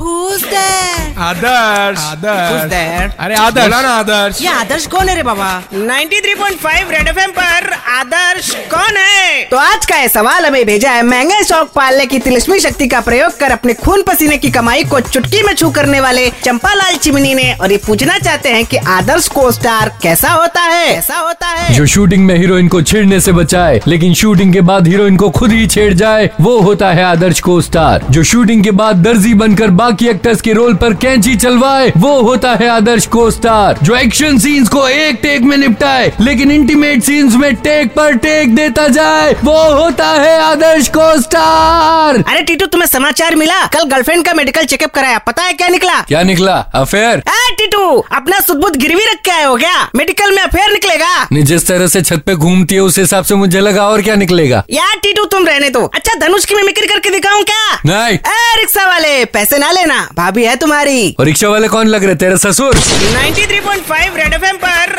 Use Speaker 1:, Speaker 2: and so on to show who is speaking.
Speaker 1: who's there?
Speaker 2: Adarsh
Speaker 3: Who's
Speaker 2: Adarsh
Speaker 3: there?
Speaker 2: अरे आदर्श बोला ना आदर्श
Speaker 1: ये आदर्श कौन है रे बाबा
Speaker 3: 93.5 रेड एफएम पर आदर्श कौन है
Speaker 1: तो आज का ये सवाल हमें भेजा है महंगे शौक पालने की तिलस्मी शक्ति का प्रयोग कर अपने खून पसीने की कमाई को चुटकी में छू करने वाले चंपालाल चिमनी ने और ये पूछना चाहते हैं कि आदर्श को स्टार कैसा होता है कैसा होता है
Speaker 4: जो शूटिंग में हीरोइन को छेड़ने से बचाए लेकिन शूटिंग के बाद हीरोइन को खुद ही छेड़ जाए वो होता है आदर्श को स्टार जो शूटिंग के बाद दर्जी बनकर बाकी एक्टर्स के रोल पर कैंची चलवाए वो होता है आदर्श को स्टार जो एक्शन सीन्स को एक टेक में निपटाए लेकिन इंटीमेट सीन्स में टेक पर टेक देता जाए वो होता है आदर्श को स्टार
Speaker 1: अरे टीटू तुम्हें समाचार मिला कल गर्लफ्रेंड का मेडिकल चेकअप कराया पता है क्या निकला
Speaker 4: क्या निकला अफेयर
Speaker 1: ए टीटू अपना सुदबुद गिरवी रख के आए हो क्या मेडिकल में अफेयर निकलेगा
Speaker 4: नहीं जिस तरह से छत पे घूमती है उस हिसाब से मुझे लगा और क्या निकलेगा
Speaker 1: यार टीटू तुम रहने दो अच्छा धनुष की मिमिक्री करके दिखाऊं क्या
Speaker 4: नहीं
Speaker 1: ए रिक्शा वाले पैसे ना लेना भाभी है तुम्हारी
Speaker 4: और रिक्शा वाले कौन लग रहे तेरा ससुर
Speaker 3: 93.5 रेड एफएम पर